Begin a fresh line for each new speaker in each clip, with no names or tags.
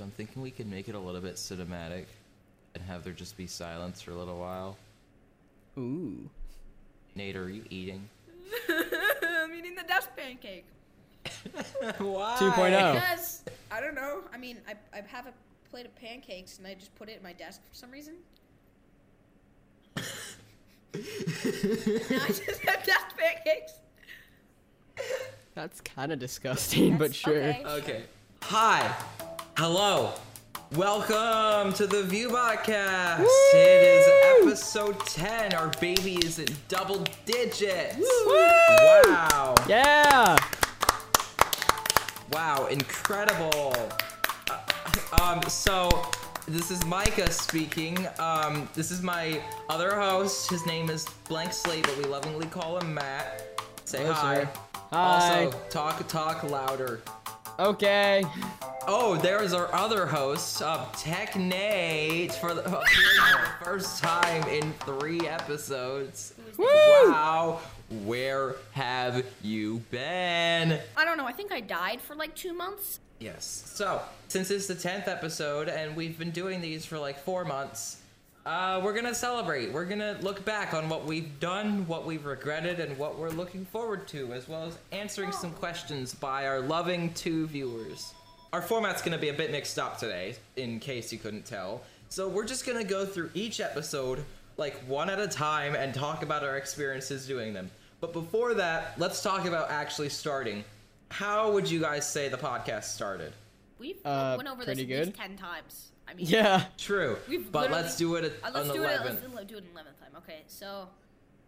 I'm thinking we could make it a little bit cinematic and have there just be silence for a little while.
Ooh.
Nate, are you eating?
I'm eating the dust pancake.
Why?
2.0. Oh.
Because I don't know. I mean, I, I have a plate of pancakes and I just put it in my desk for some reason. now I just have dust pancakes.
That's kind of disgusting, but
That's-
sure.
okay.
Okay. Hi. Hello. Welcome to the View Podcast. It is episode 10. Our baby is in double digits. Wow.
Yeah.
Wow, incredible. Uh, Um, so this is Micah speaking. Um, this is my other host. His name is Blank Slate, but we lovingly call him Matt. Say
Hello,
hi.
sir. Hi.
Also, talk talk louder.
Okay.
Oh, there is our other host, uh, Tech Nate, for the, for the first time in three episodes.
Woo!
Wow, where have you been?
I don't know. I think I died for like two months.
Yes. So, since it's the 10th episode and we've been doing these for like four months, uh, we're gonna celebrate. We're gonna look back on what we've done, what we've regretted, and what we're looking forward to, as well as answering some questions by our loving two viewers. Our format's gonna be a bit mixed up today, in case you couldn't tell. So, we're just gonna go through each episode, like one at a time, and talk about our experiences doing them. But before that, let's talk about actually starting. How would you guys say the podcast started?
We've
Uh,
went over this
pretty
at least
good.
ten times. I mean,
Yeah.
True.
We've
but
literally-
let's do it
Uh,
at,
let's
on
do it.
11.
Let's do- do it an eleventh time. Okay, so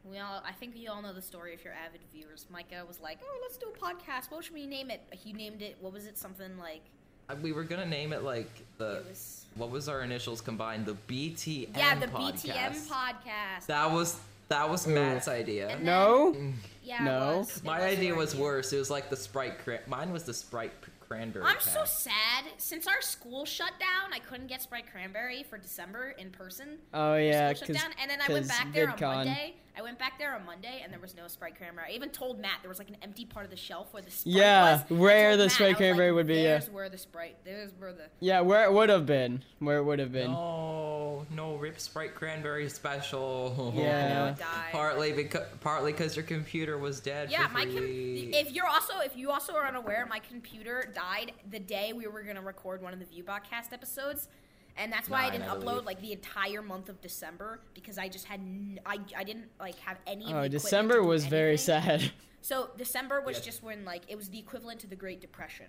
we all. I think you all know the story if you're avid viewers. Micah was like, "Oh, let's do a podcast. What should we name it?" He named it. What was it? Something like
Uh, we were gonna name it like the
It was-
what was our initials combined? The BTM.
yeah, the
podcast.
BTM podcast.
That was that was Matt's idea.
And
No.
Mm. yeah, it
No.
was. It
My
your
idea was worse. It was like the Sprite. Cran- Mine was the Sprite p- cranberry.
I'm so
pack.
sad. Since our school shut down, I couldn't get Sprite Cranberry for December in person.
Oh yeah.
school
'cause-
shut down, and then I went
'cause
back there on
VidCon.
Monday. I went back there on Monday, and there was no Sprite Cranberry. I even told Matt there was like an empty part of the shelf where the Sprite
Yeah,
was. I
where
told
the
Matt,
Sprite
I was like,
Cranberry would be, yeah.
There's where the Sprite. There's where the.
Yeah, where it would have been. Where it would have been.
No, no rip Sprite cranberry special.
Yeah.
No, it died.
Partly because partly because your computer was dead.
yeah,
for
my com-
three-
if you're also if you also are unaware, my computer died the day we were gonna record one of the Viewbotcast episodes, and that's why I
Nine,
didn't
I
upload
believe.
like the entire month of December because I just had n- I I didn't like have any. Of the
Oh,
equipment
December
to do
was very
anything.
sad.
So December was
Yeah.
just when like it was the equivalent to the Great Depression.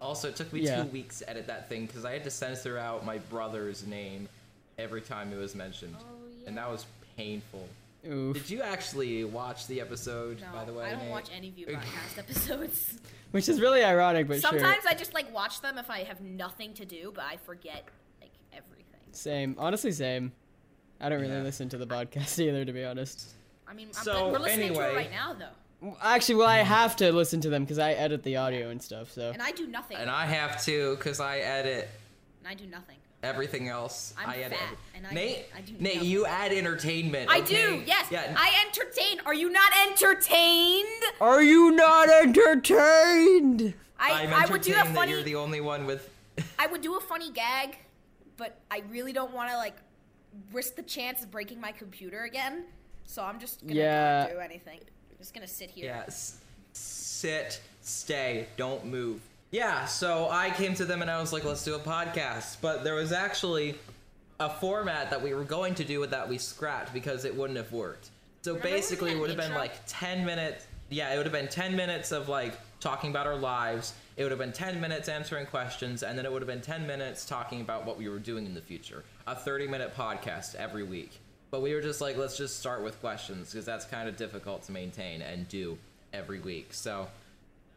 Also, it took me
Yeah.
two weeks to edit that thing because I had to censor out my brother's name every time it was mentioned,
Oh,
and that was painful.
Oof.
Did you actually watch the episode?
No,
by the way,
I don't
Nate?
watch any View podcast episodes.
Which is really ironic, but sure.
Sometimes I just like watch them if I have nothing to do, but I forget like everything.
Same. Honestly, same. I don't really
Yeah.
listen to the podcast either, to be honest.
I mean, I'm,
So,
we're listening to
anyway.
it right now though,
W- Actually, well, I
Mm.
have to listen to them because I edit the audio and stuff. So
and I do nothing.
And I have to because I edit
and I do nothing.
everything else.
I'm
I edit.
fat,
every-
and I-
Nate,
I do
Nate,
nothing.
you add entertainment.
I do.
okay?
Yes.
Yeah.
I entertain. Are you not entertained?
are you not entertained?
I
I'm
I would do a
entertained that
funny.
You're the only one with.
I would do a funny gag, but I really don't want to like risk the chance of breaking my computer again. So I'm just gonna
Yeah.
not do anything. I'm just gonna sit here.
Yes. Sit, stay, don't move. Yeah, so I came to them and I was like, let's do a podcast. But there was actually a format that we were going to do that we scrapped because it wouldn't have worked. So
Remember when we
basically,
had
it
an
would have been
intro?
like 10 minutes. Yeah, it would have been 10 minutes of like talking about our lives. It would have been 10 minutes answering questions. And then it would have been 10 minutes talking about what we were doing in the future. A 30 minute podcast every week. But we were just like, let's just start with questions because that's kind of difficult to maintain and do every week. So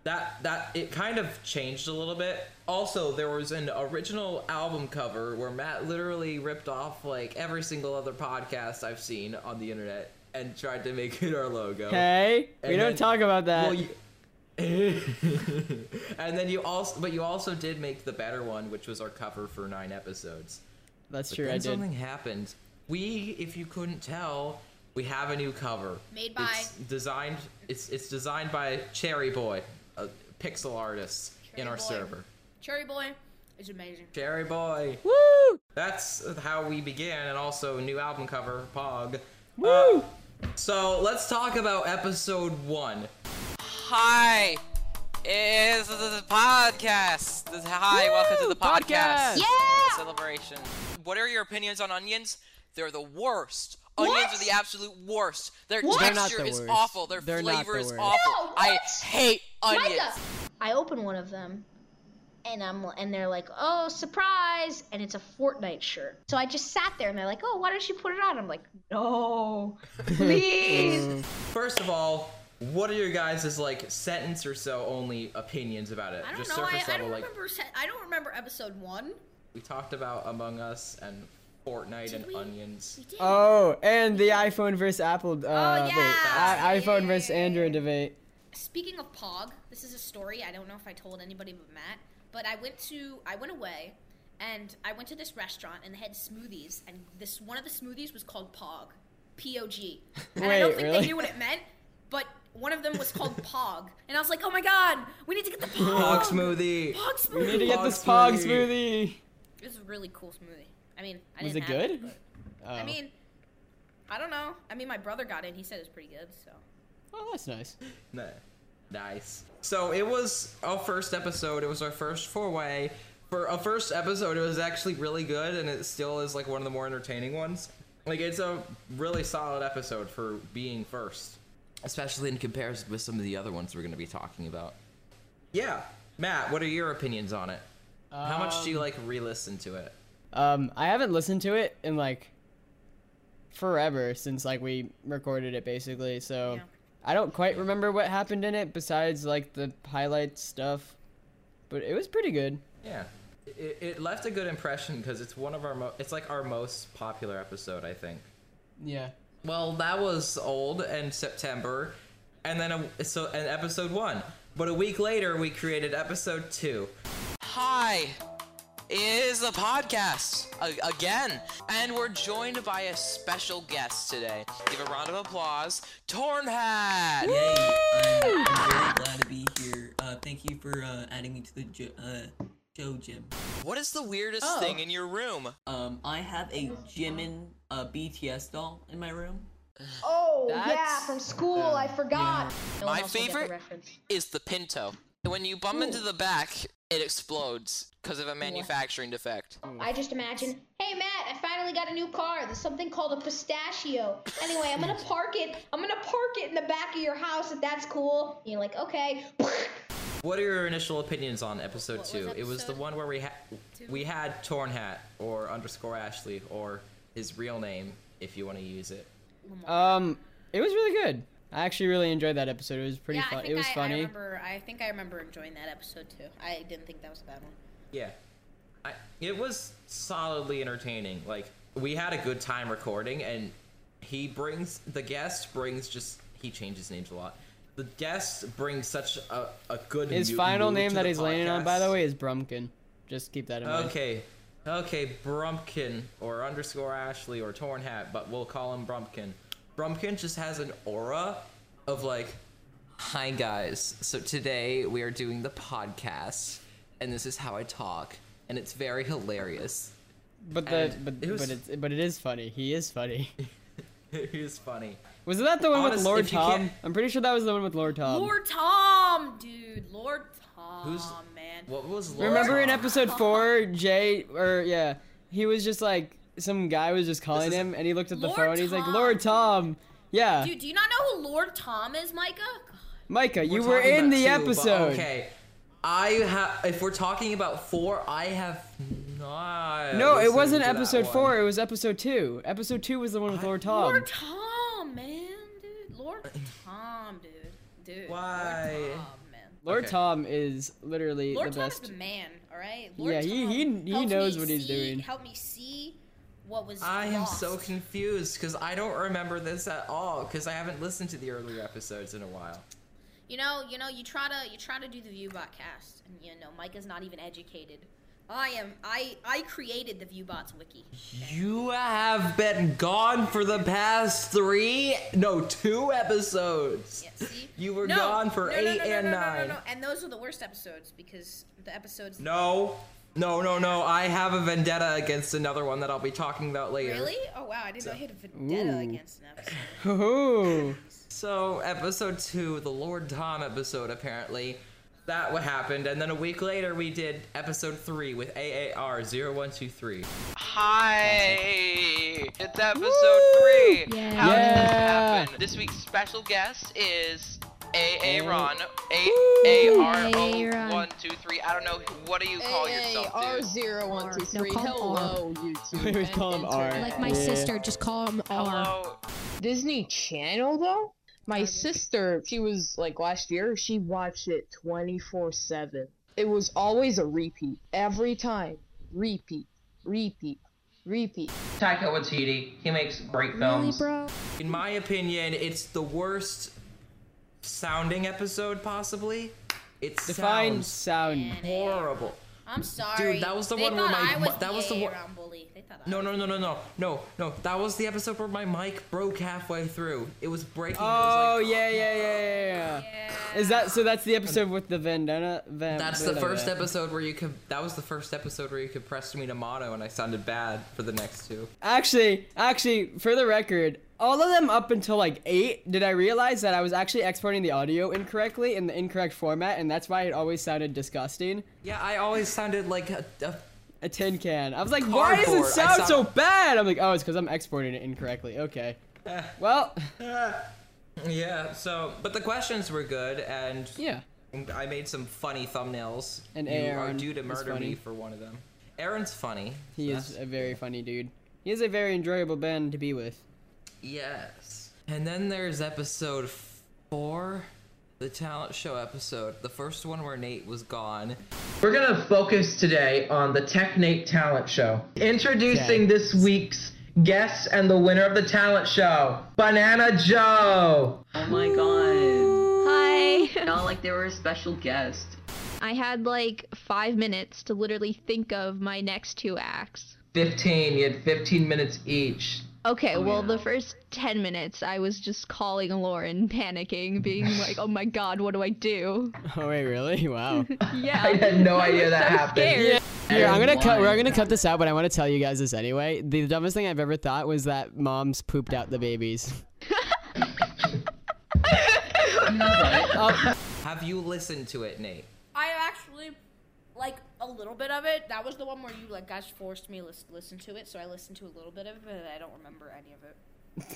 that that it kind of changed a little bit. Also, there was an original album cover where Matt literally ripped off like every single other podcast I've seen on the internet and tried to make it our logo.
Hey, we
And
don't
then-
talk about that.
Well, you, and then you also, but you also did make the better one, which was our cover for nine episodes.
That's
But
true. I
then
did.
something happened. We, if you couldn't tell, we have a new cover.
Made by-
It's designed. It's it's designed by Cherry Boy, a pixel artist
Cherry
in our
Boy.
server.
Cherry boy, It's amazing.
Cherry Boy.
Woo!
That's how we began, and also new album cover, Pog. Uh,
Woo!
So let's talk about episode one.
Hi, it's the podcast. This- Hi, welcome to the
Woo,
podcast.
podcast.
Yeah!
Celebration. What are your opinions on onions? They're the worst. Onions
What?
are the absolute worst. Their
What? They're
texture
not the
is
worst.
awful. Their
They're not
flavor
the
is
worst.
awful.
No,
I
what?
hate onions.
I open one of them, and I'm and they're like, "Oh, surprise!" And it's a Fortnite shirt. So I just sat there, and they're like, "Oh, why don't you put it on?" I'm like, "No, please."
First of all, what are your guys' like sentence or so only opinions about it?
I don't
Just
know. I,
surface
I
level,
don't
like
remember. se- I don't remember episode one.
we talked about Among Us and Fortnite and
we-
onions.
We did.
Oh, and the iPhone versus Apple. Uh, wait,
Oh, yeah.
I- iPhone versus Android debate.
Speaking of Pog, this is a story I don't know if I told anybody but Matt, but I went to I went away and I went to this restaurant and they had smoothies and this one of the smoothies was called Pog. P O G. And I don't
Wait,
think they
really?
knew what it meant, but one of them was called Pog. And I was like, "Oh my god, we need to get the Pog."
Pog smoothie.
Pog
We need to
smoothie.
get
Pog
this Pog
smoothie.
smoothie.
It was a really cool smoothie. I mean, I
Was it
didn't have
good? Oh.
I mean, I don't know. I mean, my brother got it. and He said it was pretty good, so.
oh, that's nice.
Nah. Nice. So it was our first episode. It was our first four-way. For a first episode, it was actually really good, and it still is like one of the more entertaining ones. Like it's a really solid episode for being first, especially in comparison with some of the other ones we're going to be talking about. Yeah, Matt, what are your opinions on it? How much do you like re-listen to it?
Um, I haven't listened to it in like forever since like we recorded it basically. So
Yeah.
I don't quite remember what happened in it besides like the highlight stuff, but it was pretty good.
Yeah, it, it left a good impression because it's one of our mo- it's like our most popular episode, I think.
Yeah.
Well, that was old and September, and then a, so and episode one. But a week later, we created episode two.
Hi, is the podcast a- again, and we're joined by a special guest today. Give a round of applause, Tornhat.
Yay! I'm, I'm very glad to be here. Uh, thank you for uh, adding me to the jo- uh, show, Jim.
What is the weirdest
Oh.
thing in your room?
Um, I have a Jimin uh, BTS doll in my room.
Oh yeah,
That's-
from school. I forgot. No one
My
else will get the
favorite-
reference.
is the Pinto. When you bump into the back, it explodes because of a manufacturing defect.
I just imagine, hey Matt, I finally got a new car. There's something called a pistachio. Anyway, I'm gonna park it. I'm gonna park it in the back of your house if that's cool. And you're like, okay.
What are your initial opinions on episode
What was
two? it was the
episode
one where we had we had Torn Hat or underscore Ashley or his real name if you want to use it.
Um, it was really good. I actually really enjoyed that episode. It was pretty
yeah, I
fun.
think
It was
I, I
funny.
remember. I think I remember enjoying that episode too. I didn't think that was a bad one.
Yeah, I, it was solidly entertaining. Like we had a good time recording, and he brings the guest brings just he changes names a lot. The guest brings such a, a good.
His
mu-
final
mood
name
to
that
the
he's landing on, by the
podcast.
way, is Brumkin. Just keep that in mind.
Okay. Okay, Brumpkin or underscore Ashley or Torn Hat, but we'll call him Brumpkin. Brumpkin just has an aura of like, hi guys. So today we are doing the podcast, and this is how I talk, and it's very hilarious.
But the
And
but
it was-
but it's but it is funny. He is funny.
He's funny.
Was that the one
Honest-
with Lord
if you can't-
Tom? I'm pretty sure that was the one with Lord Tom.
Lord Tom, dude, Lord Tom,
Who's-
man.
What was Lord
Remember in
Tom?
episode four, Jay or yeah, he was just like some guy was just calling
is-
him, and he looked at the
Lord
phone. and He's like,
Tom.
"Lord Tom, yeah,
Dude, do you not know who Lord Tom is, Micah? God,
Micah, you
We're
were
talking
in
about
the
two, but
episode."
Okay. I have. If we're talking about four, I have not.
No, it
listened
wasn't
to that
episode
one.
four. It was episode two. Episode two was the one with Lord Tom.
Lord Tom, man, dude, Lord Tom, dude, dude.
Why?
Lord Tom, man.
Lord
Okay.
Tom is literally
Lord
the
Tom
best.
is the man. All right. Lord
Yeah, he- he-
Tom
he
helped
knows
me
what he's
see-
doing.
Helped me see what was.
I am so
lost.
confused because I don't remember this at all because I haven't listened to the earlier episodes in a while.
You know, you know, you try to you try to do the ViewBot cast, and you know, Micah's not even educated. I am. I I created the ViewBots wiki.
You have been gone for the past three, no, two episodes.
Yeah, see,
You were gone for eight and
no,
nine.
No, no, no, and those are the worst episodes because the episodes.
No, No, no, no. I have a vendetta against another one that I'll be talking about later.
Really? Oh wow, I didn't know I had a vendetta
Ooh.
against an episode.
Ooh.
So, episode two, the Lord Tom episode, apparently, that what happened. And then a week later, we did episode three with AAR0123.
Hi! It's episode three.
Yeah.
How did this
Yeah.
happen? This week's special guest is A A Ron A A
Woo.
R O
Aaron.
one two three. I don't know who- what do you call yourself,
R
dude?
zero one two three.
No, call him
Hello,
We
YouTube.
always
and
call him R.
internet.
Like my
Yeah.
sister, just call him R.
Hello.
Disney Channel though. My sister, she was like last year. She watched it twenty four seven. It was always a repeat every time. Repeat, repeat, repeat.
Taika Waititi. He makes great
Really, bro?
In my opinion, it's the worst sounding episode, possibly. It
Define
sounds
sound.
horrible.
I'm sorry.
that was the
they
one where
thought
my
I
mo-
was
that was the one-
AARON bully. They thought I
No,
was-
no, no, no, no, no, no. That was the episode where my mic broke halfway through. It was breaking. it was
Oh
like-
yeah, yeah, yeah, yeah, yeah.
Yeah.
Is that so? That's the episode with the vendetta. Van,
That's the first episode where you could. That was the first episode where you could press me to mono, and I sounded bad for the next two.
Actually, actually, for the record, all of them up until like eight, did I realize that I was actually exporting the audio incorrectly in the incorrect format, and that's why it always sounded disgusting.
Yeah, I always sounded like a, a
A tin can. I was like, why does it
Cardboard. I
sound
saw-
so bad? I'm like, oh, it's because I'm exporting it incorrectly. Okay.
Eh.
Well,
yeah. So, but the questions were good, and
yeah.
I made some funny thumbnails.
And
you are
Aaron
due to
is
murder
funny.
me for one of them. Aaron's funny.
He is
That's-
a very funny dude. He is a very enjoyable band to be with.
Yes. And then there's episode four, the talent show episode, the first one where Nate was gone. We're gonna focus today on the Tech Nate talent show. Introducing
Okay.
this week's guest and the winner of the talent show, Banana Joe.
Oh my god.
Hi.
Not like they were a special guest.
I had like five minutes to literally think of my next two acts.
Fifteen. You had fifteen minutes each.
Oh,
Okay, well, the first 10 minutes, I was just calling Lauren, panicking, being like, oh my god, what do I do?
Oh wait, really? Wow.
Yeah.
I had no
I was
idea that
so
happened.
scared.
Here, I'm gonna
And
cut. We're
why?
gonna cut this out, but I want to tell you guys this anyway. The dumbest thing I've ever thought was that moms pooped out the babies.
Have you listened to it, Nate?
I actually like a little bit of it. That was the one where you like guys forced me to lis- listen to it, so I listened to a little bit of it, but I don't remember any of it.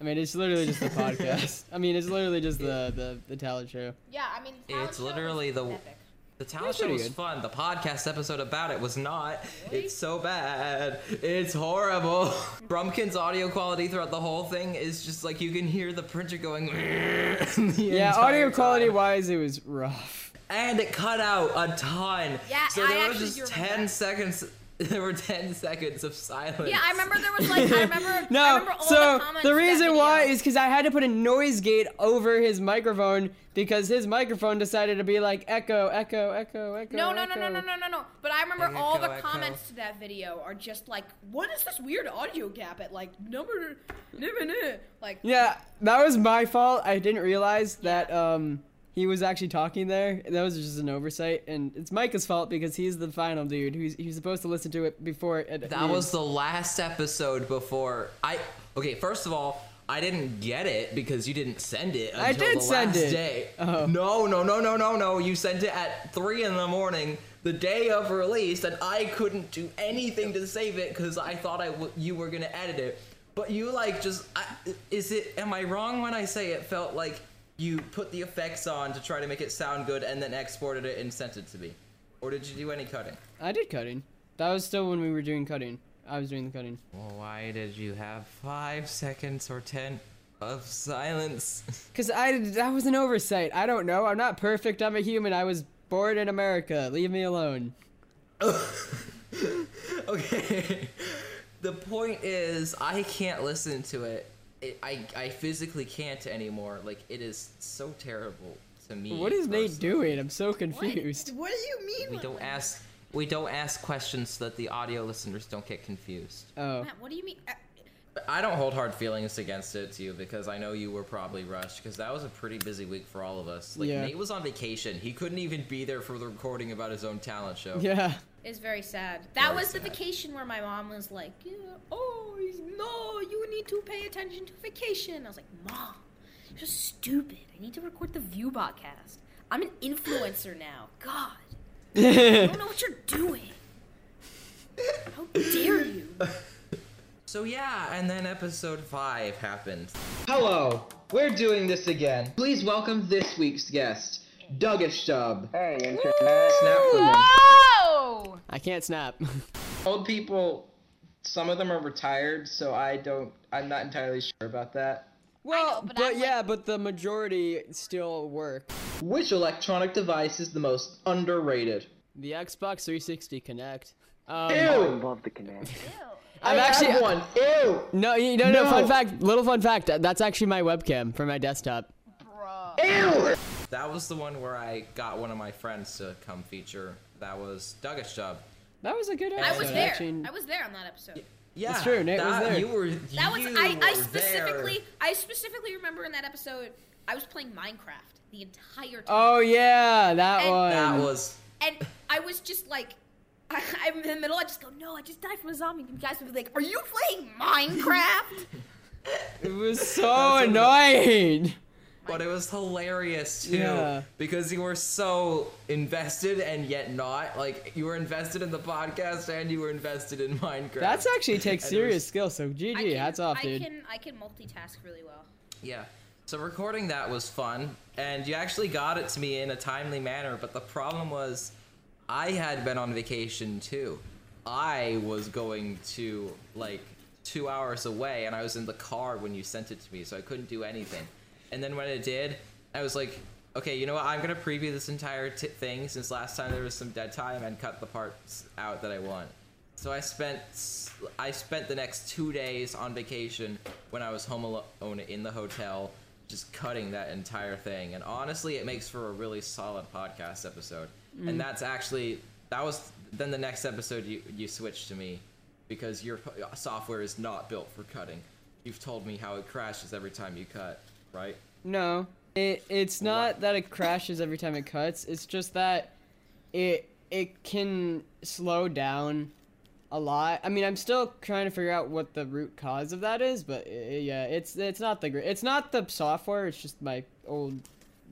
I mean, it's literally just the podcast. I mean, it's literally just the the, the talent show.
Yeah, I mean, the talent
It's
show was
literally the-
epic.
The talent
was
show
pretty
was
good.
fun. The podcast episode about it was not. It's so bad. It's horrible. Brumkin's audio quality throughout the whole thing is just like you can hear the printer going. the
Yeah,
entire
audio quality
time.
wise, it was rough.
And it cut out a ton.
Yeah,
so
I
there
actually
was
do
just
remember
ten
that.
seconds. There were ten seconds of silence.
Yeah, I remember there was like I remember. I
No,
remember all
so
the, comments
the
to that
reason
video.
why is because I had to put a noise gate over his microphone because his microphone decided to be like echo, echo, echo, echo.
No, no, no, no,
echo.
no, no, no, no. But I remember
Echo,
all the
echo.
comments to that video are just like, what is this weird audio gap at like number, number, number? like.
Yeah, that was my fault. I didn't realize that um he was actually talking there. That was just an oversight, and it's Micah's fault because he's the final dude. Who's he's supposed to listen to it before it.
That was the last episode before I. Okay, first of all, I didn't get it because you didn't send it. Until
I did
the
send
last
it.
Day.
Oh.
No, no, no, no, no, no. You sent it at three in the morning, the day of release, and I couldn't do anything to save it because I thought I w- you were gonna edit it. But you like just I, is it? Am I wrong when I say it felt like you put the effects on to try to make it sound good and then exported it and sent it to me, or did you do any cutting?
I did cutting. That was still when we were doing cutting. I was doing the cutting.
Well, why did you have five seconds or ten of silence?
Cause I did- that was an oversight. I don't know. I'm not perfect. I'm a human. I was born in America. Leave me alone.
okay. The point is, I can't listen to it. it I, I physically can't anymore. Like, it is so terrible to me.
What is Nate
personally.
doing? I'm so
What?
confused.
What do you mean?
We
what-
don't ask. We don't ask questions so that the audio listeners don't get confused.
Oh,
Matt, what do you mean? Uh,
I don't hold hard feelings against it to you because I know you were probably rushed because that was a pretty busy week for all of us. Like
Yeah.
Nate was on vacation; he couldn't even be there for the recording about his own talent show.
yeah.
It's very sad. That
Very
was the
sad.
vacation where my mom was like, yeah, "Oh he's- no, you need to pay attention to vacation." I was like, "Mom, you're stupid. I need to record the View podcast. I'm an influencer now. God, I don't know what you're doing. How dare you?"
So yeah, and then episode five happened. Hello, we're doing this again. Please welcome this week's guest, Duggish Dub. Hey, Snap for them.
Whoa! I can't snap.
Old people, some of them are retired, so I don't. I'm not entirely sure about that.
Oh,
Well, but, yeah, but the majority still work.
Which electronic device is the most underrated?
The Xbox 360 Connect. Um,
Ew! I
love the Connect.
I
I'm actually
have one. Ew!
No, you no, no,
No.
Fun fact, little fun fact. that- That's actually my webcam for my desktop.
That was the one where I got one of my friends to come feature. That was Duggish Dub.
That was a good
I
episode.
was
There,
actually.
I was there on that episode.
Yeah,
It's true, Nate was
that-
there.
You were.
That was
you
I, I
were
specifically I specifically remember in that episode I was playing Minecraft the entire time.
Oh yeah, that
And-
one.
That
was.
And I was just like, I, I'm in the middle. I just go, no, I just died from a zombie. You guys would be like, are you playing Minecraft?
It was
That's
so
what it was.
annoying.
But it was hilarious too,
Yeah.
because you were so invested and yet not. Like you were invested in the podcast and you were invested in Minecraft.
That's actually takes
And it was
serious skill. So GG, hats off,
I
dude.
can I can multitask really well.
Yeah. So recording that was fun, and you actually got it to me in a timely manner. But the problem was, I had been on vacation too. I was going to like two hours away, and I was in the car when you sent it to me, so I couldn't do anything. And then when it did, I was like, okay, you know what? I'm gonna preview this entire t- thing since last time there was some dead time and cut the parts out that I want. So I spent s- I spent the next two days on vacation when I was home alone in the hotel, just cutting that entire thing. And honestly, it makes for a really solid podcast episode.
Mm.
And that's actually that was then the next episode you you switched to me because your p- software is not built for cutting. You've told me how it crashes every time you cut, right?
No, it it's not that it crashes every time it cuts. It's just that it it can slow down a lot. I mean, I'm still trying to figure out what the root cause of that is, but uh, yeah, it's it's not the gr- it's not the software. It's just my old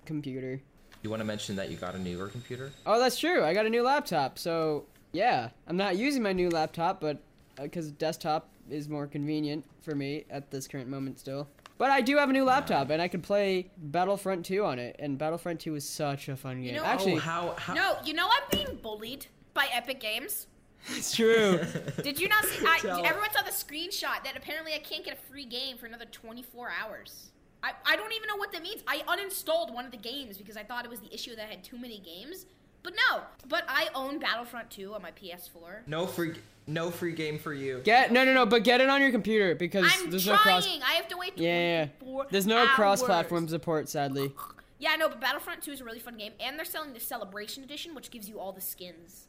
computer.
You want to mention that you got a newer computer?
Oh, that's true. I got a new laptop, so yeah, I'm not using my new laptop, but because desktop is more convenient for me at this current moment still. But I do have a new laptop, and I can play Battlefront 2 on it. And Battlefront 2 is such a fun game.
know-
Actually,
Oh,
Uh,
No, you know I'm being bullied by Epic Games.
it's true.
Did you not see? I,
Tell.
everyone saw the screenshot that apparently I can't get a free game for another 24 hours. I, I don't even know what that means. I uninstalled one of the games because I thought it was the issue that I had too many games. But no, but I own Battlefront 2 on my PS4.
No free no free game for you.
Get no, no, no, but get it on your computer because
I'm
there's
trying.
no cross.
I have to wait.
Yeah, yeah, yeah.
24
There's no
hours.
cross-platform support, sadly.
Yeah, no, but Battlefront 2 is a really fun game, and they're selling the Celebration Edition, which gives you all the skins.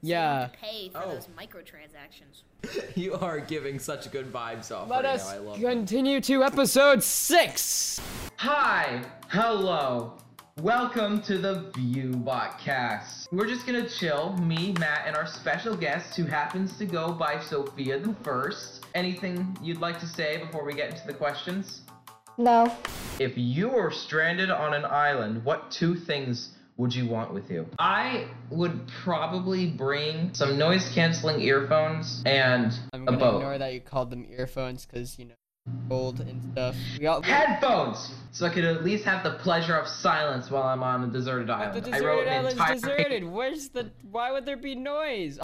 Yeah.
Pay for
Oh.
those microtransactions.
You are giving such good vibes off
Let
right
us
now. I love
continue to episode six.
Hi, hello, welcome to the View Podcast. We're just gonna chill, me, Matt, and our special guest who happens to go by Sophia the First. Anything you'd like to say before we get into the questions?
No.
If you were stranded on an island, what two things would you want with you? I would probably bring some noise canceling earphones and
I'm
a
gonna
boat.
ignore that you called them earphones because you know old and stuff. We all
Headphones! So I could at least have the pleasure of silence while I'm on a deserted island.
The
I wrote
deserted
an
island's
entire
deserted. Where's the? Why would there be noise?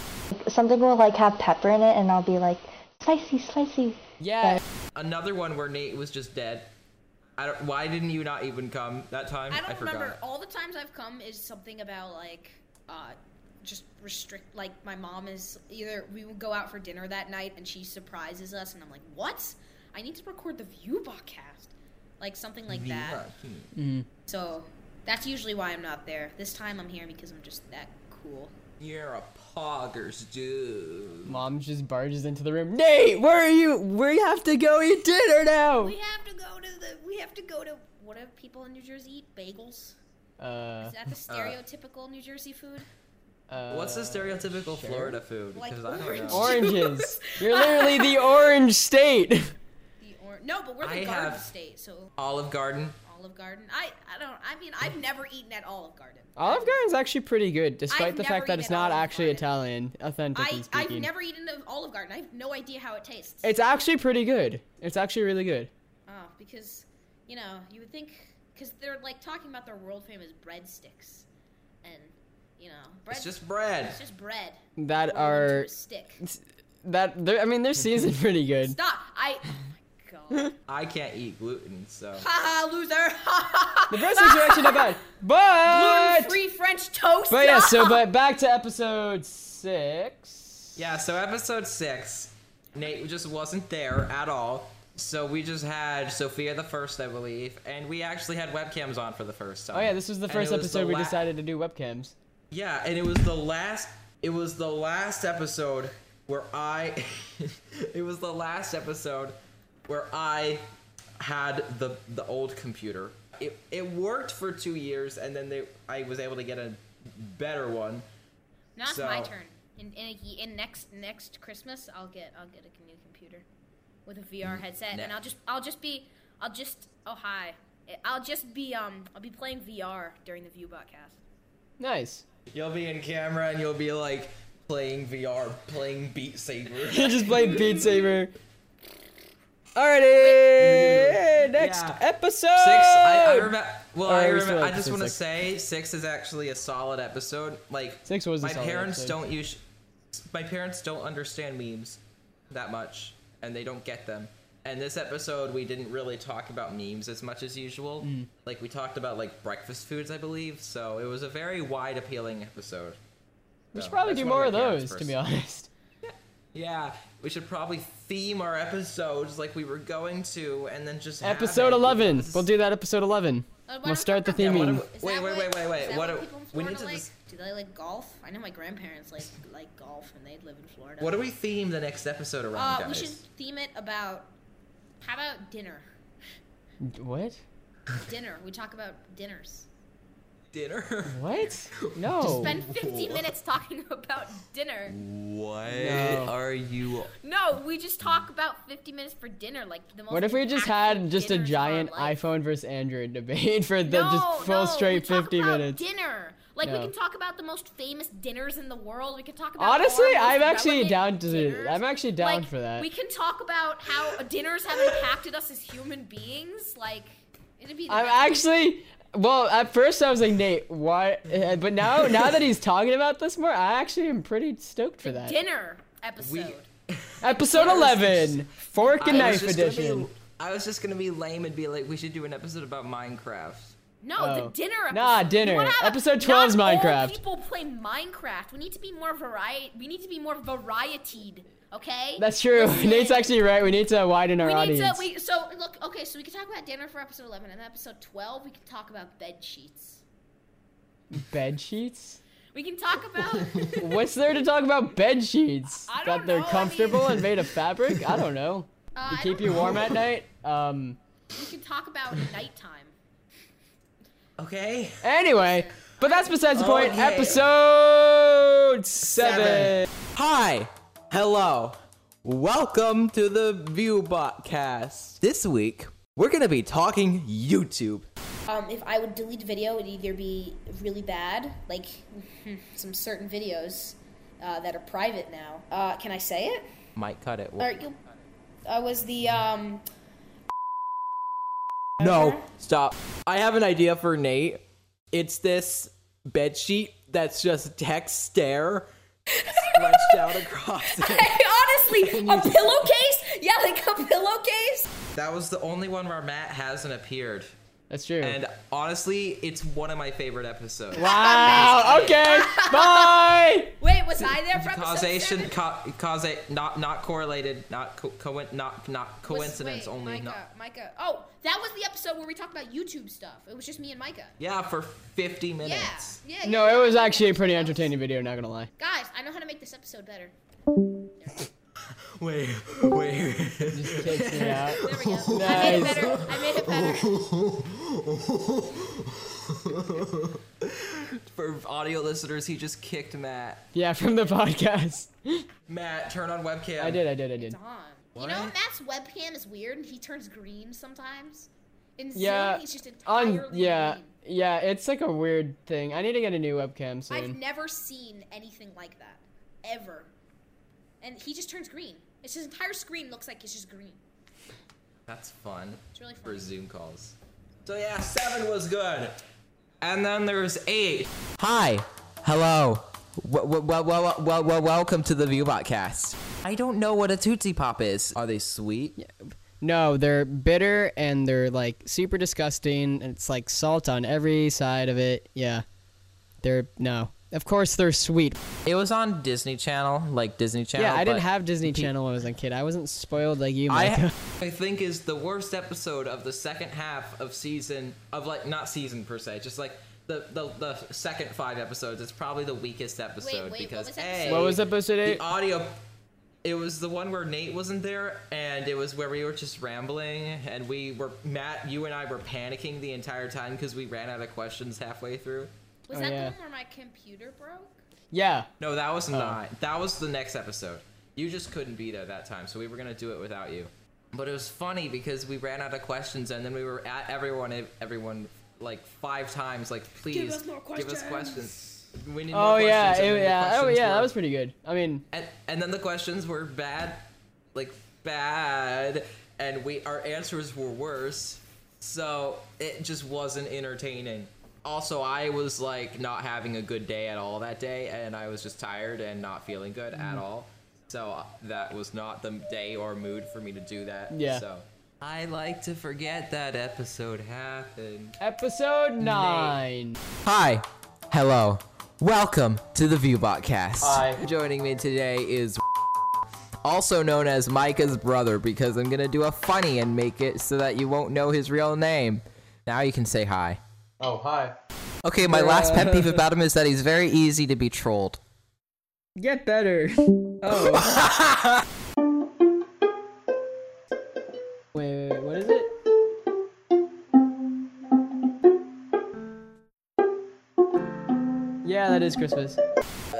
Something will like have pepper in it, and I'll be like, spicy, spicy.
Yeah.
it. Another one where Nate was just dead. I don't, why didn't you not even come that time?
I don't
forgot.
remember. All the times I've come is something about like, uh, just restrict. Like my mom is either we will go out for dinner that night and she surprises us, and I'm like, what? I need to record the view podcast, like something like that. So that's usually why I'm not there. This time I'm here because I'm just that cool.
You're a poggers dude.
Mom just barges into the room. Nate, where are you? We have to go eat dinner now.
We have to go to the. We have to go to. What do people in New Jersey eat? Bagels.
Uh, uh,
Is that the stereotypical New Jersey food?
What's the stereotypical Florida food?
Like
Because I don't
orange
know.
Oranges. You're literally the orange state.
Or, no, but we're the
I
Garden
have-
State, so
Olive Garden.
Olive Garden. I, I don't. I mean, I've never eaten at Olive Garden.
Olive Garden's actually pretty good, despite
I've
the
never
fact that it's
eaten
not
Olive
actually Italian, authentically
I, I've
speaking.
never eaten at Olive Garden. I have no idea how it tastes.
It's actually pretty good. It's actually really good.
Oh, because you know, you would think because they're like talking about their world famous breadsticks, and you know, bread,
just bread.
It's just bread.
That
rolled into
are
a stick.
that they're I mean they're seasoned pretty good.
Stop! I oh
I can't eat gluten, so.
haha loser.
The breadsticks are actually not bad, but
Gluten-free French toast.
but yeah. So but back to episode six.
Yeah, so episode six, Nate just wasn't there at all. So we just had Sophia the first, I believe, and we actually had webcams on for the first time.
Oh yeah, this was the
And
first
it was
episode
the
we
la-
decided to do webcams.
Yeah, and it was the last. It was the last episode where I. it was the last episode where I had the the old computer. It it worked for two years, and then they I was able to get a better one.
Now it's
So-
my turn. In, in, a, ye- in next next Christmas, I'll get I'll get a new computer with a VR headset, and
Nah.
I'll just I'll just be I'll just oh hi, I'll just be um I'll be playing VR during the View podcast.
Nice.
You'll be in camera, and you'll be like playing VR, playing Beat Saber.
You just played Beat Saber. Alrighty, next
Yeah.
episode.
Six. I, I remember. Well,
Alright,
I,
we're still
remember,
at
I just
episode
want to
six.
say six is actually a solid episode. Like
Six was a
my
solid
parents
episode.
don't use. My parents don't understand memes that much, and they don't get them. And this episode, we didn't really talk about memes as much as usual.
Mm.
Like we talked about like breakfast foods, I believe. So it was a very wide appealing episode.
We
So
should probably
that's
do
one
more
my
of
parents'
those, to be
first-
honest.
Yeah, we should probably theme our episodes like we were going to, and then just have
Episode
it.
11. We'll do that episode 11.
Uh, why
We'll
don't
start the
we- Yeah, why
theming.
don't we- Wait, wait, wait, wait,
Is
wait.
that
What?
what
do-
people in
We
Florida
need to.
like?
dis-
Do they like golf? I know my grandparents like like golf, and they live in Florida.
What do we theme the next episode around,
Uh,
guys?
we should theme it about. How about dinner?
What?
Dinner. We talk about dinners.
Dinner.
What? No.
Spend 50 minutes talking about dinner.
What
No.
are you?
No, we just talk about 50 minutes for dinner, like the most.
What if we just had just a giant iPhone versus Android debate for the
no,
just full
no,
straight
we talk
50
about
minutes?
Dinner, like we
No.
can talk about the most famous dinners in the world. We can talk about.
Honestly,
our most
I'm actually down
relevant-
to I'm actually down
Like,
for that.
We can talk about how dinners have impacted us as human beings. Like, it'd be. the
I'm
best.
actually well. At first, I was like Nate, why? uh, But now, now that he's talking about this more, I actually am pretty stoked for that.
dinner episode.
Episode 11, fork and
I was
knife
just gonna be-
edition.
I was just gonna be lame and be like, we should do an episode about Minecraft.
No,
Oh.
the dinner episode.
Nah, dinner.
We wanna have a-
Episode 12 's
not all
Minecraft.
people play Minecraft. We need to be more variety. We need to be more varietied. Okay.
That's true. Nate's actually right. We need to widen our
we need
audience.
to. We, so look. Okay, so we can talk about dinner for episode eleven, and then episode twelve we can talk about bed sheets.
Bed sheets.
We can talk about. uh,
What's there to talk about bed sheets?
I
That
don't
they're
know, I
comfortable
mean-
and made of fabric? I don't know.
Uh,
to
I
keep
don't
you warm
know.
at night. Um.
we can talk about nighttime.
Okay.
Anyway, but that's besides the point.
Okay.
Episode seven.
Hi. Hello. Welcome to the ViewBotcast. This week, we're gonna be talking YouTube.
Um, if I would delete video, it'd either be really bad, like some certain videos uh, that are private now. Uh, can I say it?
Might cut it.
Or you? I was the um.
No, stop. I have an idea for Nate. It's this bed sheet that's just text stare stretched out across it.
Honestly, a pillowcase? Yeah, like a pillowcase.
That was the only one where Matt hasn't appeared.
That's true.
And honestly, it's one of my favorite episodes.
Wow. okay. Bye.
Wait, was I there for episode
Causation,
seven?
ca- cause not not correlated, not co- coin, not not
Was-
coincidence
wait,
only.
Micah,
Not,
Micah. Oh, that was the episode where we talked about YouTube stuff. It was just me and Micah.
yeah, for fifty minutes.
Yeah, yeah.
No, it was actually a pretty entertaining video. Not gonna lie.
Guys, I know how to make this episode better.
Wait, wait.
Just takes me out.
There we go. I made
Nice.
it better. I made it better.
for audio listeners, he just kicked Matt.
Yeah, from the podcast.
Matt, turn on webcam.
I did, I did, I did.
You know, Matt's webcam is weird, and he turns green sometimes. In
yeah.
Zoom, he's just entirely
on yeah. Yeah, it's like a weird thing. I need to get a new webcam soon.
I've never seen anything like that ever. And he just turns green. It's his entire screen looks like it's just green.
That's fun.
It's really
For Zoom calls. So yeah, seven was good. And then there's eight. Hi. Hello. Well, well, well, well, well, welcome to the ViewBot cast. I don't know what a Tootsie Pop is. Are they sweet?
No, they're bitter and they're like super disgusting. And it's like salt on every side of it. Yeah. They're no. Of course they're sweet.
It was on Disney Channel, like Disney Channel.
yeah, I didn't
but
have Disney
pe-
Channel when I was a kid. I wasn't spoiled like you,
I,
Micah.
I think is the worst episode of the second half of season of like not season per se, just like the the, the second five episodes. It's probably the weakest episode because hey,
What was episode eight?
The audio. It was the one where Nate wasn't there, and it was where we were just rambling, and we were Matt, you and I were panicking the entire time because we ran out of questions halfway through.
Was
Oh,
that
yeah.
the one where my computer broke?
Yeah.
No, that was
Oh.
not. That was the next episode. You just couldn't be there that time, so we were gonna do it without you. But it was funny because we ran out of questions, and then we were at everyone, everyone like five times, like please
us more
give us
questions."
questions. We need
Oh
more
yeah,
questions. and then
it-
the
yeah, oh
questions
yeah,
were-
that was pretty good. I mean,
and, and then the questions were bad, like bad, and we our answers were worse. So it just wasn't entertaining. Also, I was like not having a good day at all that day, and I was just tired and not feeling good at
Mm.
all. So uh, that was not the day or mood for me to do that.
Yeah.
So I like to forget that episode happened.
episode nine.
Hi. Hello. Welcome to the ViewBot cast.
Hi.
Joining me today is also known as Micah's brother because I'm going to do a funny and make it so that you won't know his real name. Now you can say hi.
Oh, hi.
Okay, my last pet peeve about him is that he's very easy to be trolled.
Get better. Oh. wait, wait, wait, what is it? Yeah, that is Christmas.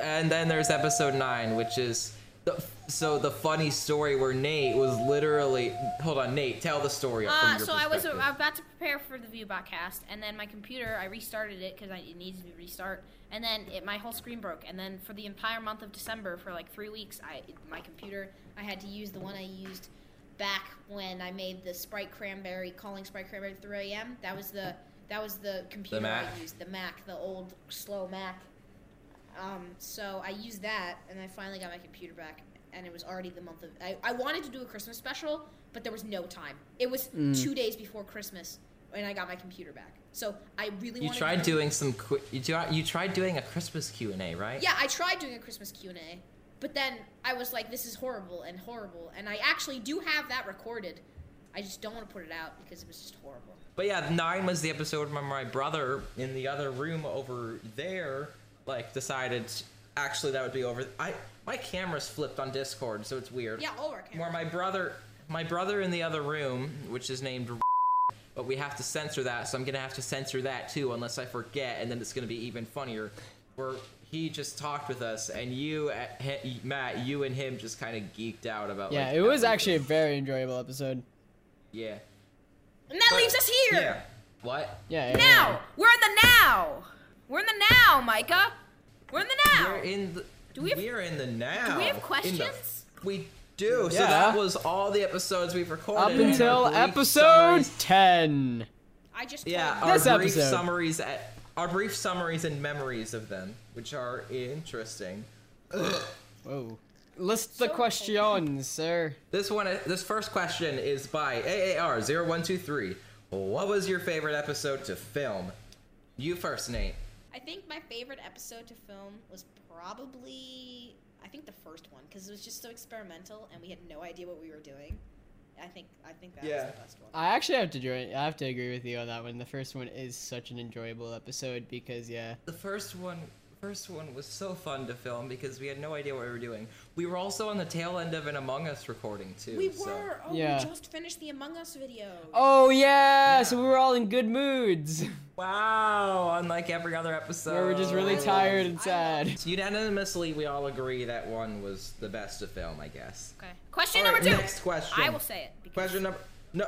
And then there's episode 9, which is the, so the funny story where Nate was literally hold on, Nate, tell the story
Uh, so I was, I was about to prepare for the ViewBot cast, and then my computer, I restarted it because it needed to restart, and then it, my whole screen broke. And then for the entire month of December, for like three weeks, I my computer, I had to use the one I used back when I made the Sprite Cranberry, calling Sprite Cranberry at 3 a.m. That was the that was the computer
Mac?
I used, the Mac, the old slow Mac. Um, so I used that, and I finally got my computer back, and it was already the month of. I, I wanted to do a Christmas special, but there was no time. It was
Mm.
two days before Christmas, and I got my computer back. So I really
You
wanted.
tried
to
doing some qui- you, try- you tried doing a Christmas Q&A, right?
Yeah, I tried doing a Christmas Q and A, but then I was like, "This is horrible and horrible," and I actually do have that recorded. I just don't want to put it out because it was just horrible.
But yeah, nine was the episode where my brother in the other room over there, like, decided actually that would be over. I my camera's flipped on Discord, so it's weird.
Yeah, all our cameras.
Where my brother, my brother in the other room, which is named, but we have to censor that, so I'm gonna have to censor that too, unless I forget, and then it's gonna be even funnier. Where he just talked with us, and you, uh, he- Matt, you and him just kind of geeked out about.
Yeah,
like,
it was
everything.
actually a very enjoyable episode.
Yeah.
And that leaves us here.
Yeah. What?
Yeah.
Now we're in the now. We're in the now, Micah. We're in the now.
We're in the. Do we
we have-
are in the now.
Do we have
In the-
questions?
we do. So
Yeah.
that was all the episodes we've recorded.
Up
and our
until
brief
episode
summaries-
ten.
I just
Yeah,
told you.
our
This
brief
episode.
summaries at our brief summaries and memories of them, which are interesting.
Whoa. List the questions, sir.
This one, this first question is by AAR0123. What was your favorite episode to film? You first, Nate.
I think my favorite episode to film was probably I think the first one because it was just so experimental and we had no idea what we were doing. I think I think that was the best one.
I actually have to join. I have to agree with you on that one. The first one is such an enjoyable episode because yeah,
The first one, first first one was so fun to film because we had no idea what we were doing. We were also on the tail end of an Among Us recording too.
We
so-
were. Oh,
Yeah.
we just finished the Among Us video.
Oh yeah, so we were all in good moods.
Wow, unlike every other episode.
Where we're just
Uh,
really tired and sad.
Unanimously, we all agree that one was the best to film, I guess.
Okay. Question
All right,
number two.
Next question.
I will say it. because-
Question number. No.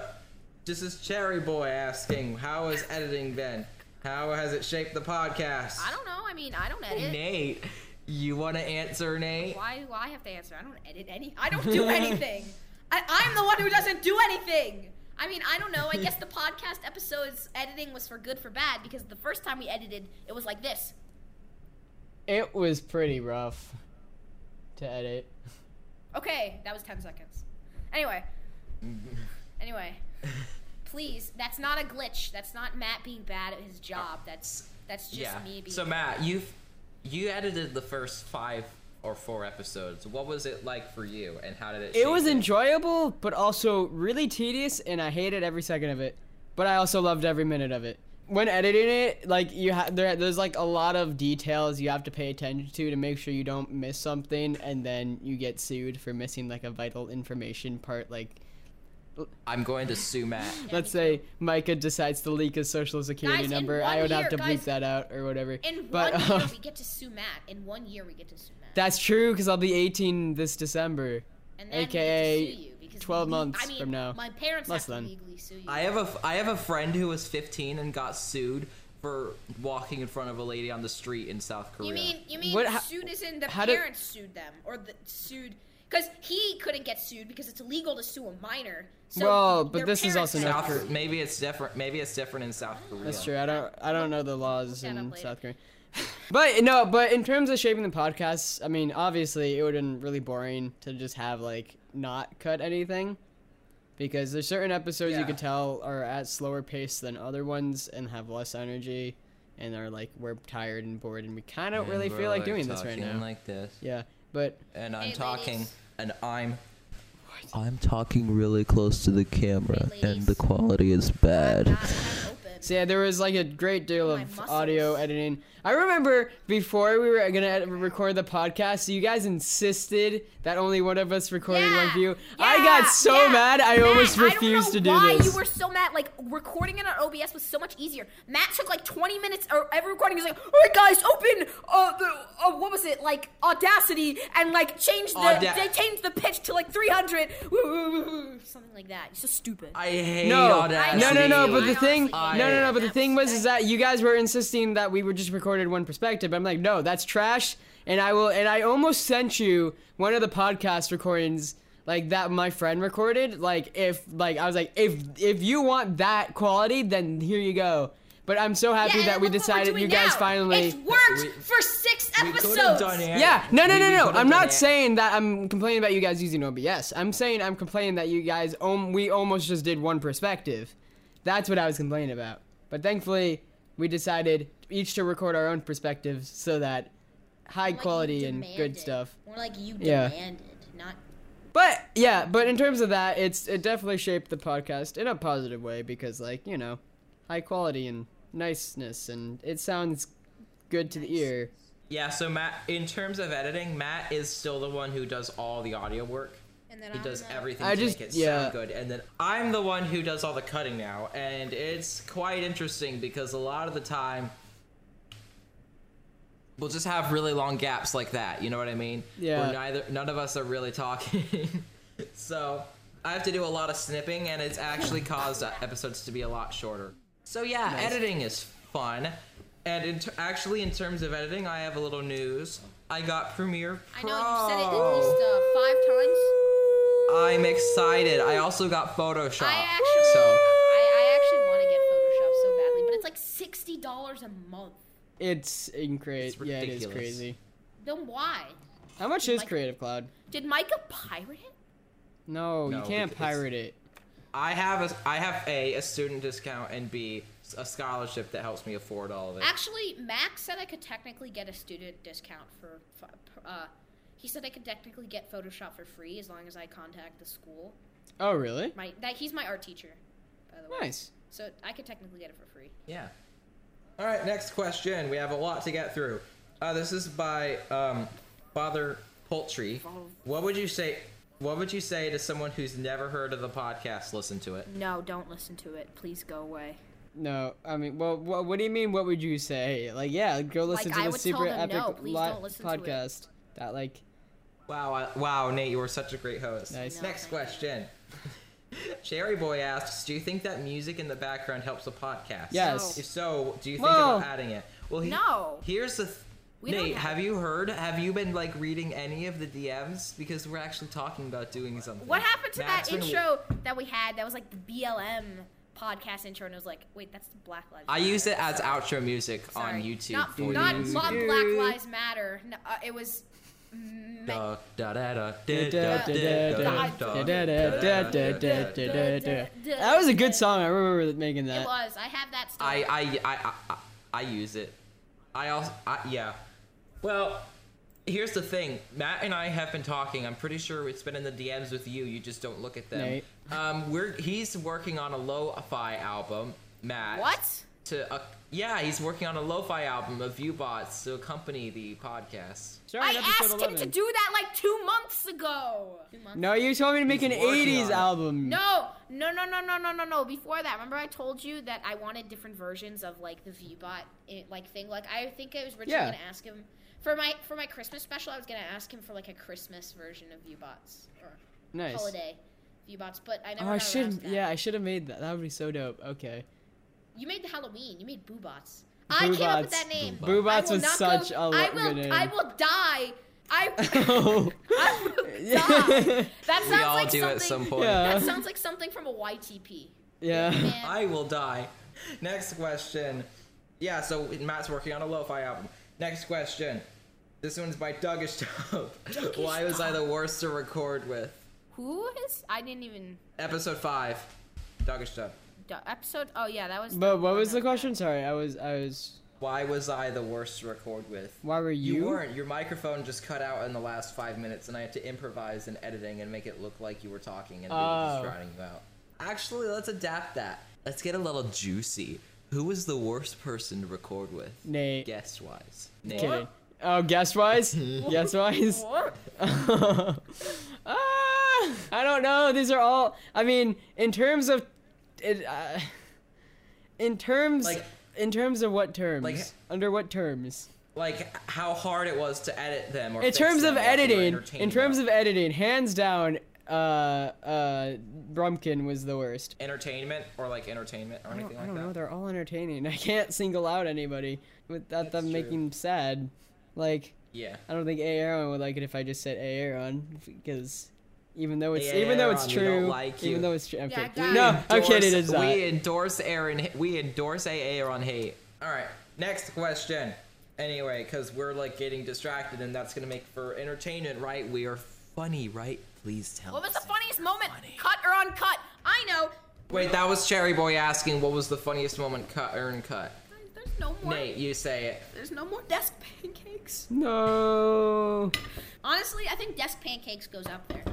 This is Cherry Boy asking, how has editing been? How has it shaped the podcast?
I don't know. I mean, I don't edit.
Nate, you want to answer, Nate?
Why do I have to answer? I don't edit any. I don't do anything. I, I'm the one who doesn't do anything. I mean, I don't know. I guess the podcast episodes editing was for good for bad because the first time we edited, it was like this.
It was pretty rough to edit.
Okay, that was 10 seconds. Anyway, anyway. Please, that's not a glitch. That's not Matt being bad at his job. That's that's just
yeah.
me being
So Matt, you have you edited the first five or four episodes. What was it like for you, and how did it?
It was enjoyable, but also really tedious, and I hated every second of it. But I also loved every minute of it. When editing it, like you have there, there's like a lot of details you have to pay attention to to make sure you don't miss something, and then you get sued for missing like a vital information part. Like,
I'm going to sue Matt.
let's say Micah decides to leak his social security
Guys, in
number,
one
I would have
year,
to
guys,
bleep that out or whatever.
In
but
one
um,
year, we get to sue Matt. In one year, we get to sue Matt.
that's true because I'll be 18 this December,
And then we get to sue
aka
you because
12
we-
months
I mean,
from now.
My parents
Less
have
than.
to legally sue you.
I have a f- I have a friend who was 15 and got sued for walking in front of a lady on the street in South Korea.
You mean you mean
What- how-
sued is in the
how did-
parents sued them or the sued because he couldn't get sued because it's illegal to sue a minor. So
Well, but
their
this is
parents
also
had
not
to
true.
sue
South, maybe it's different. Maybe it's different in South Korea.
That's true. I don't I don't know the laws in South Korea. But no, but in terms of shaping the podcast, I mean, obviously it would have been really boring to just have like not cut anything because there's certain episodes you
Yeah.
could tell are at slower pace than other ones and have less energy and are like we're tired and bored and we kind of don't really feel like doing this right now.
Like this.
Yeah, but
and I'm
Hey,
talking, and I'm
I'm talking really close to the camera, and the quality is bad.
So yeah, there was like a great deal of audio editing. I remember before we were gonna edit, record the podcast, you guys insisted that only one of us recorded one view. I got so mad, I almost refused to do
why
this.
you were so mad? Like recording in our OBS was so much easier. Matt took like 20 minutes or every recording. He was like, "All right, guys, open uh, the uh, what was it like Audacity and like change the
Auda-
they changed the pitch to like 300, Woo, woo, woo, woo, something like that. It's so stupid.
I hate
no,
Audacity.
no, no, no. But the
I
thing, no,
honestly-
no, no. But the thing was, is that you guys were insisting that we were just recorded one perspective. I'm like, no, that's trash. And I will, and I almost sent you one of the podcast recordings like that my friend recorded. Like if, like I was like, if if you want that quality, then here you go. But I'm so happy that we decided you guys finally.
worked for six episodes.
Yeah, no, no, no, no. I'm not saying that I'm complaining about you guys using OBS. I'm saying I'm complaining that you guys, om- we almost just did one perspective. That's what I was complaining about. But thankfully, we decided each to record our own perspectives so that high quality and good stuff.
More like you
Yeah.
demanded, not
But yeah, but in terms of that, it's it definitely shaped the podcast in a positive way because like you know, high quality and niceness, and it sounds good to the ear.
Yeah, so Matt, in terms of editing, Matt is still the one who does all the audio work.
And
he does everything
I
to
just-
make it
yeah.
sound good, and then I'm the one who does all the cutting now, and it's quite interesting because a lot of the time we'll just have really long gaps like that. You know what I mean?
Yeah.
Where neither none of us are really talking, so I have to do a lot of snipping, and it's actually caused uh, episodes to be a lot shorter. So yeah,
Nice.
editing is fun. And in t- actually, in terms of editing, I have a little news. I got Premiere
I
Pro.
know you've said it at least uh, five times.
I'm excited. I also got Photoshop.
I actually,
so
I, I actually want to get Photoshop so badly, but it's like sixty dollars a month.
It's incredible. Yeah, it is
ridiculous.
crazy.
Then why
How much is Creative Cloud?
did Micah pirate it?
No, you
No,
can't
because-
pirate it.
I have a I have a a student discount and B a scholarship that helps me afford all of it.
Actually, Max said I could technically get a student discount for. f- Uh, he said I could technically get Photoshop for free as long as I contact the school.
Oh, really?
My that he's my art teacher, by the way.
Nice.
So I could technically get it for free.
Yeah. All right, next question. We have a lot to get through. Uh, this is by um, Father Poultry. What would you say? What would you say to someone who's never heard of the podcast? Listen to it.
No, don't listen to it. Please go away.
No, I mean, well, what, what do you mean? What would you say? Like, yeah, go listen
Like, I
to the
would tell
super
them
epic
no, please
li-
don't listen to it.
podcast. That like,
Wow, I, wow, Nate, you were such a great host.
Nice. No,
Next question. Sherry Boy asks, "Do you think that music in the background helps the podcast?
Yes. No.
If so, do you think
No.
about adding it? Well, he,
No.
Here's the. Th-
We don't
Nate,
have
have you heard? Have you been like reading any of the DMs? Because we're actually talking about doing something.
What happened to
Matt's
that
been-
intro that we had? That was like the BLM podcast intro, and it was like, wait, that's the Black Lives.
I used it as outro music on YouTube.
Not,
for
not,
you.
not Black Lives Matter. No, uh, it was.
Da, da, da, da, da, da, da, da, da, da, da, da, da, da.
That was a good song. I remember making
It
that.
was. I have that stuff.
Uh, I, I, I, I, I use it. I also, I, yeah. Well, here's the thing. Matt and I have been talking. I'm pretty sure it's been in the DMs with you. You just don't look at them.
Nate.
Um, we're he's working on a lo-fi album, Matt.
What?
To uh, yeah, he's working on a lo-fi album of viewbots to accompany the podcast.
I asked him to do that like two months ago. Two months.
No, you told me to make an
He's working on
'80s
it.
album.
No, no, no, no, no, no, no, no. Before that, remember I told you that I wanted different versions of like the VBot eh, like thing. Like I think I was originally
Yeah.
gonna ask him for my for my Christmas special. I was gonna ask him for like a Christmas version of VBots or
Nice.
holiday VBots, but I
Oh, I
never. got around to
should.
that.
Yeah, I should have made that. That would be so dope. Okay.
You made the Halloween. You made Boobots. I came up with that name.
Boo
I
Bots
will
was
not
such
go,
a
I
lo-
will.
good name. Oh.
I will die. I. That
We
sounds
all
like
do
something.
at some point.
Yeah.
That sounds like something from a YTP.
Yeah.
I will die. Next question. Yeah, so Matt's working on a lo-fi album. Next question. This one's by Dougish Dub.
Dougish
Why was I the
Dub.
worst to record with?
Who is? I didn't even.
Episode five. Dougish Dub.
du- Episode. Oh yeah, that was.
But what was the question? Sorry, I was I was.
Why was I the worst to record with?
Why were you?
weren't. Your microphone just cut out in the last five minutes, and I had to improvise in editing and make it look like you were talking and we were just
Oh.
drowning you out. Actually, let's adapt that. Let's get a little juicy. Who was the worst person to record with?
Nate.
Guest wise.
Kidding. Oh, guess wise? guess wise? Ah, I don't know. These are all. I mean, in terms of, it, uh, in terms,
Like-
in terms of what terms?
Like-
Under what terms?
Like how hard it was to edit them, or
In
fix
terms
them,
of
like, they were
editing, in
entertaining
terms of editing, hands down, uh, uh, Brumkin was the worst.
entertainment or like entertainment or
I
anything
don't, I
like
don't
that.
know. They're all entertaining. I can't single out anybody without them making them sad. Like,
Yeah.
I don't think A Aaron would like it if I just said A Aaron because even though it's
Yeah,
even though it's
Aaron, we don't
true,
like you.
even though it's true, I'm
Yeah, guys.
kidding. No, I'm
Endorse-
kidding. It's not.
We endorse Aaron. We endorse AA on hate. All right, next question. Anyway, because we're like getting distracted, and that's gonna make for entertainment, right? We are funny, right? Please tell.
What was
us.
the funniest moment? Cut or uncut? I know.
Wait, that was Cherry Boy asking what was the funniest moment, cut or uncut.
There's no more.
Nate, you say it.
There's no more desk pancakes.
No.
Honestly, I think desk pancakes goes up there.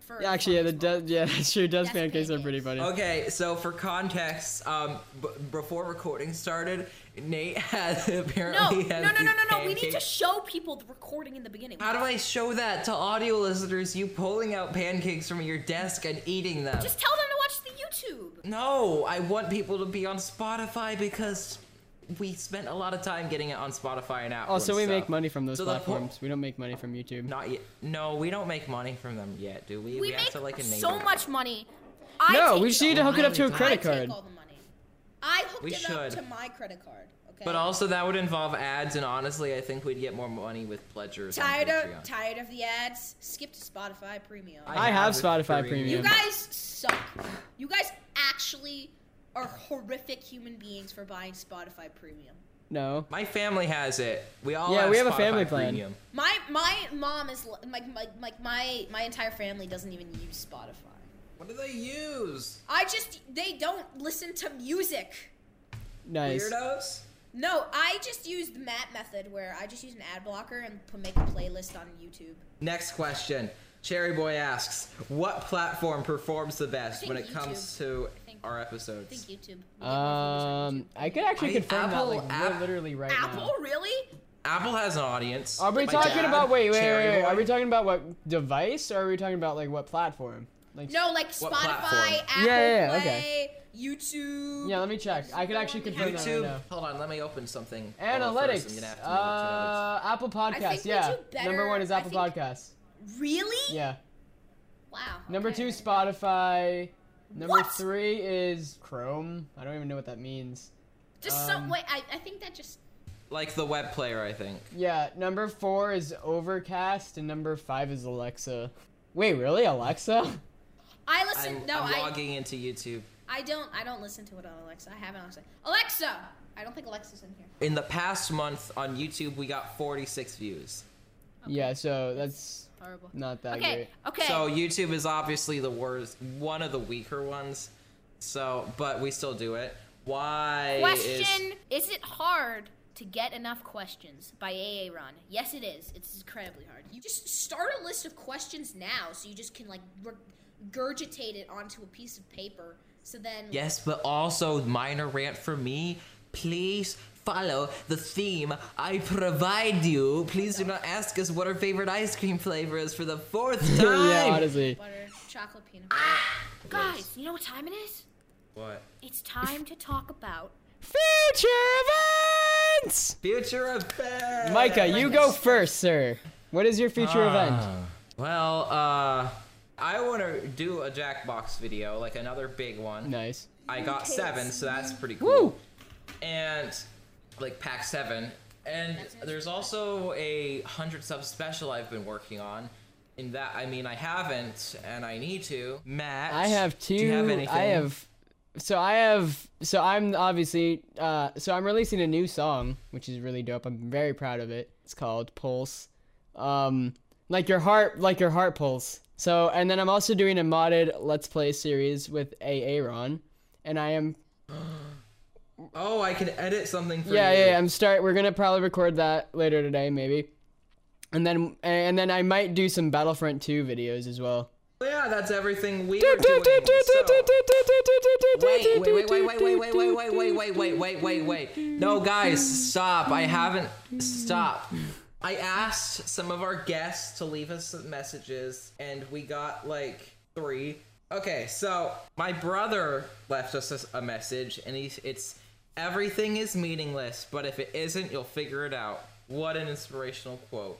For
Actually, yeah, the does yeah, that's true. Does
That's
pancakes are pretty funny.
Okay, so for context, um, b- before recording started, Nate had
No,
apparently
no, no,
had
no,
these
no, no. We need to
pancakes.
show people the recording in the beginning.
How do I show that to audio listeners? You pulling out pancakes from your desk and eating them.
Just tell them to watch the YouTube.
no, I want people to be on Spotify because we spent a lot of time getting it on Spotify and Apple.
Also,
and
Oh, we
stuff.
make money from those
So the po-
platforms. we don't make money from YouTube.
Not yet. No, we don't make money from them yet, do we?
We, make
have to like enable.
so much money. I
No,
take
we
it
just need to
all.
hook it up to a
I
credit
take
card.
all the money. I hooked
We
it up
should.
to my credit card. Okay.
But also that would involve ads, and honestly, I think we'd get more money with pledgers. on
tired
Patreon.
of tired of the ads. Skip to Spotify Premium.
I, have Spotify
You
Premium.
guys suck. You guys actually are horrific human beings for buying Spotify Premium.
no.
My family has it. We all
Yeah,
have
we have a
Spotify
family plan.
Premium.
My my mom is l- like my like my my entire family doesn't even use Spotify.
What do they use?
I just they don't listen to music.
Nice.
Weirdos.
No, I just use the Matt method where I just use an ad blocker and put, make a playlist on YouTube.
Next question. Cherry Boy asks, "What platform performs the best
think
when it comes
YouTube.
to our
I think
episodes?"
YouTube.
Um, I could actually
I-
confirm
Apple-
that like we're
App-
literally right
Uh, Apple,
now.
really?
Apple has an audience.
Are we
My
talking
dad,
about wait, wait,
Cherry
wait, wait,
Boy.
Are we talking about what device or are we talking about like what platform? Like
No, like
What
Spotify,
platform?
Apple
Yeah, yeah, yeah,
Play, YouTube.
Yeah, let me check. I could actually confirm that right
YouTube.
now.
Hold on, let me open something. Hold on first, I'm
Analytics.
gonna have to move on to another-
Uh, Apple Podcasts.
we
Yeah.
do better-
Number one is
I
Apple
think-
Podcasts.
Really?
Yeah.
Wow.
Number two, Spotify. Number
What?
three is Chrome. I don't even know what that means.
Just
Um,
some way. I, I think that just.
Like the web player, I think.
Yeah, number four is Overcast, and number five is Alexa. Wait, really, Alexa?
I listen.
I'm,
no,
I'm
I.
logging into YouTube.
I don't. I don't listen to it on Alexa. I haven't Alexa. Alexa. I don't think Alexa's in here.
In the past month on YouTube, we got 46 views.
Yeah, so that's
Horrible.
not that
Okay,
great.
okay.
So YouTube is obviously the worst, one of the weaker ones. So, but we still do it. Why is
Question: Is it hard to get enough questions by AA Ron? Yes, it is. It's incredibly hard. You just start a list of questions now, so you just can like regurgitate it onto a piece of paper. So then,
Yes, but also minor rant for me. Please follow the theme I provide you. Please do not ask us what our favorite ice cream flavor is for the fourth time.
yeah, honestly.
butter, chocolate, peanut. Ah! Guys, you know what time it is?
What?
It's time to talk about.
Future events.
Future events.
Micah, you go first, sir. What is your future event?
Ah. Well, uh, I want to do a Jackbox video, like another big one.
Nice.
I got seven, so that's pretty cool.
Woo!
And like pack seven. And there's also a hundred sub special I've been working on. In that, I mean, I haven't, and I need to. Matt,
I have two.
Do you have anything?
I have. So I have. So I'm obviously. Uh, so I'm releasing a new song, which is really dope. I'm very proud of it. It's called Pulse. Um, like your heart, like your heart pulse. So and then I'm also doing a modded Let's Play series with Aaron, and I am.
Oh, I can edit something for
Yeah,
you.
yeah, yeah. I'm start. We're gonna probably record that later today, maybe. And then and then I might do some Battlefront 2 videos as well.
Yeah, that's everything we are doing. So- Wait, wait, wait, wait, wait, wait, wait, wait, wait, wait, wait, wait, wait, wait. No, guys, stop. I haven't. Stop. I asked some of our guests to leave us some messages, and we got like three. Okay, so my brother left us a- a message, and he's it's everything is meaningless, but if it isn't, you'll figure it out. What an inspirational quote.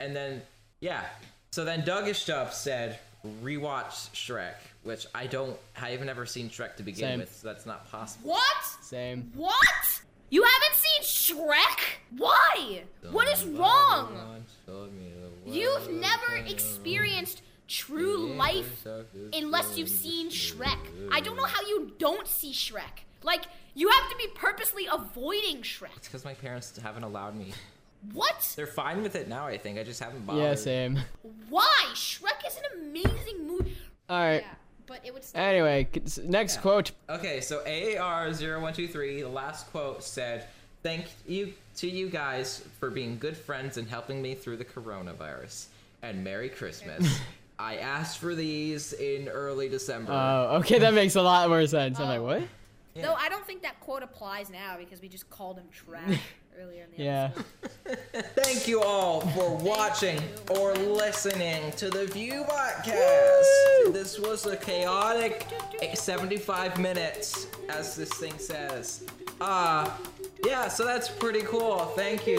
And then, yeah. So then Dougish Dub said, rewatch Shrek, which I don't, I've never seen Shrek to begin
Same.
with, so that's not possible.
What?
Same.
What? You haven't seen Shrek? Why? What is wrong? You've never experienced true life unless you've seen Shrek. I don't know how you don't see Shrek. Like, you have to be purposely avoiding Shrek.
It's because my parents haven't allowed me.
What?
They're fine with it now, I think. I just haven't bothered.
Yeah, same.
Why? Shrek is an amazing movie.
All right.
But it would still.
Anyway, c- s- next quote.
Okay, so AAR0123, the last quote said, Thank you to you guys for being good friends and helping me through the coronavirus. And Merry Christmas. I asked for these in early December.
Oh, okay, that makes a lot more sense. I'm
Oh.
like, what?
Though I don't think that quote applies now because we just called him trash earlier in the
Yeah.
Thank you all for watching or listening to the View Podcast. This was a chaotic 75 minutes, as this thing says. Uh, yeah, so that's pretty cool. Thank you.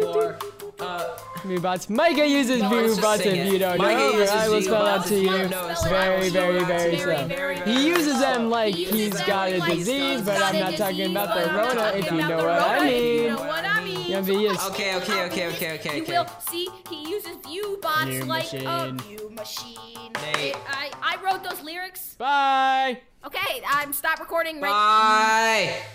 For, uh,
Mewbots. Micah uses
Well, let's
Mew
just
bots
sing
if
it.
you don't
Micah
know, but
uses
I will spell
Mew
out
bots.
to you
No, no, it's
very,
Mew
very,
bots.
very
Very,
slow.
very,
He uses them like he's got a
like he's
disease,
got
but
a
I'm not talking about the Rona, if you know what I mean.
what I mean?
Yeah, but yes.
okay, okay, okay, okay, okay,
You
okay.
will see he uses view bots
View
like a
machine.
view machine.
Nate.
It- I, I wrote those lyrics.
Bye.
Okay, I'm stop recording right
Bye.